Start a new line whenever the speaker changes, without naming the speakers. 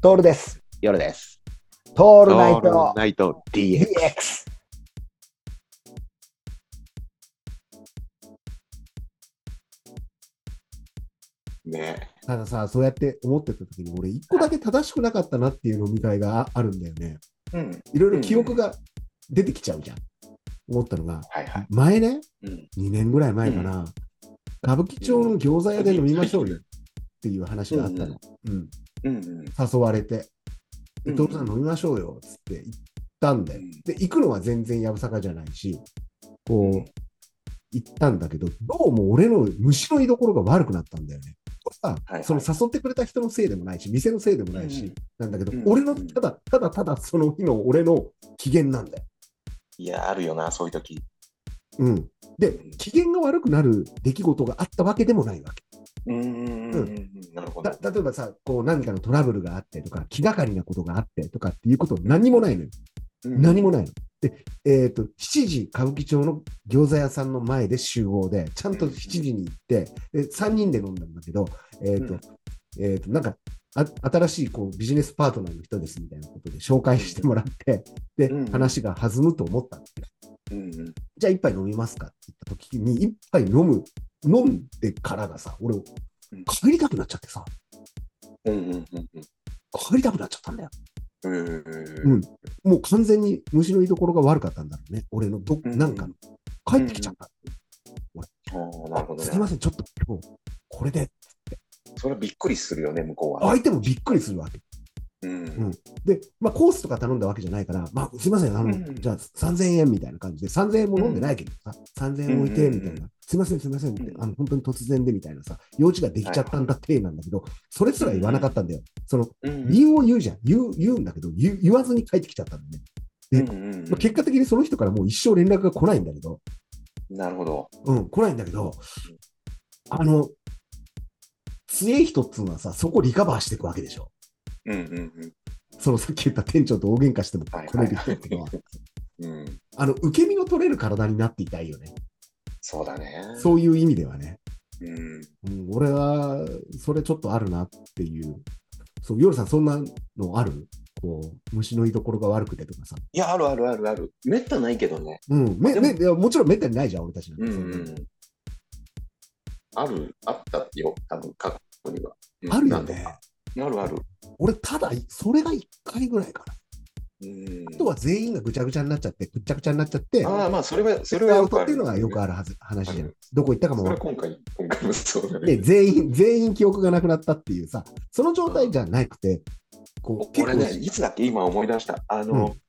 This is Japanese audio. トールです。
夜です。
ト
オ
ールナイト
ナイト DX。
DX。
ね。
たださ、そうやって思ってた時に、俺、一個だけ正しくなかったなっていう飲み会がああるんだよね。
うん。
いろいろ記憶が出てきちゃうじゃん。思ったのが、
はいはい。
前ね、
うん。
2年ぐらい前かな、歌舞伎町の餃子屋で飲みましょうよっていう話があったの。うん。
うんうん。
誘われて、
う
で
ん
徹さん飲みましょうよっつって行ったんだよ
うん。
で、行くのは全然やぶさかじゃないし、こう、
うん
行ったんだけど、どうも俺の虫の居所が悪くなったんだよね。これさ
いはい
その誘ってくれた人のせいでもないし、店のせいでもないし、
うん
なんだけど、
うん
俺のただただただその日の俺の機嫌なんだよ。
いや、あるよな、そういう時。
うん、で
うん、
機嫌が悪くなる出来事があったわけでもないわけ。
うんうんうんうん。なるほど。
だ例えばさこう、何かのトラブルがあってとか、気がかりなことがあってとかっていうこと何もないのよ。何もないの。で、えっ、と、7時、歌舞伎町の餃子屋さんの前で集合で、ちゃんと
うんうん
7時に行って、で3人で飲んだんだけど、えっ、と、
うん
えっ、と、なんか、あ新しいこうビジネスパートナーの人ですみたいなことで紹介してもらって、で
うんうん、
話が弾むと思ったの。
うんうん。
じゃあ一杯飲みますかって言った時に、一杯飲む、飲んでからがさ、俺、帰りたくなっちゃってさ、
うんうんうん
帰りたくなっちゃったんだよ。
うん。
う
うん
ん。もう完全に虫の居所が悪かったんだろうね。俺のど、
うんうん
なんか、帰ってきちゃった。
あーなるほど
すいま
ね。
せん、ちょっと今日、これで、
それはびっくりするよね、向こうは。
相手もびっくりするわけ。
うん。
で、まあ、コースとか頼んだわけじゃないから、まあ、すいません、あの、
うん
じゃあ3000円みたいな感じで、3000円も飲んでないけどさ、3000円置いて、みたいな、
うん
すいません、すいません、って
うん
あの、本当に突然でみたいなさ、用事ができちゃったんだってなんだけど、それすら言わなかったんだよ。その、
うん
理由を言うじゃん。言う、言うんだけど、言う言わずに帰ってきちゃったんだね。
う
で
んうん
まあ、結果的にその人からもう一生連絡が来ないんだけど、
なるほど。
うん、来ないんだけど、あの、強い人っつうのはさ、そこリカバーしていくわけでしょ。
うんうん
そのさっき言った店長と大喧嘩しても
はいはい
来れる人っていうのは、
うん。うん。
あの、受け身の取れる体になっていたいよね。
そうだね。
そういう意味ではね。
うん。
うん、俺は、それちょっとあるなっていう。そう、夜さん、そんなのあるこう、虫の居所が悪くてとかさ。
いや、あるあるあるある。めったないけどね。
うん、め、
でも
め、いやもちろんめったにないじゃん、俺たちなん
うん
て。
う
そん
ん
なの
うん。ある、あったよ、多分過去には。うん
あるよね。。
なんとかあるある。
俺、ただ、それが1回ぐらいかな。
うん
あとは全員がぐちゃぐちゃになっちゃって、ぐっちゃぐちゃになっちゃって、
ああ、まあ、それは、そ
そ
れ
れは
はよ
よ
くあ
って
る。
いうのがよくあるはず話じゃ
あ
ん
る。
どこ行ったかも
そ
わ
れは
かん
今回、今回もそうだ
ない。
ね。
で、全員、全員記憶がなくなったっていうさ、その状態じゃなくて、こう、
俺ね、
結
いつだっけ今思い出した。あの、
う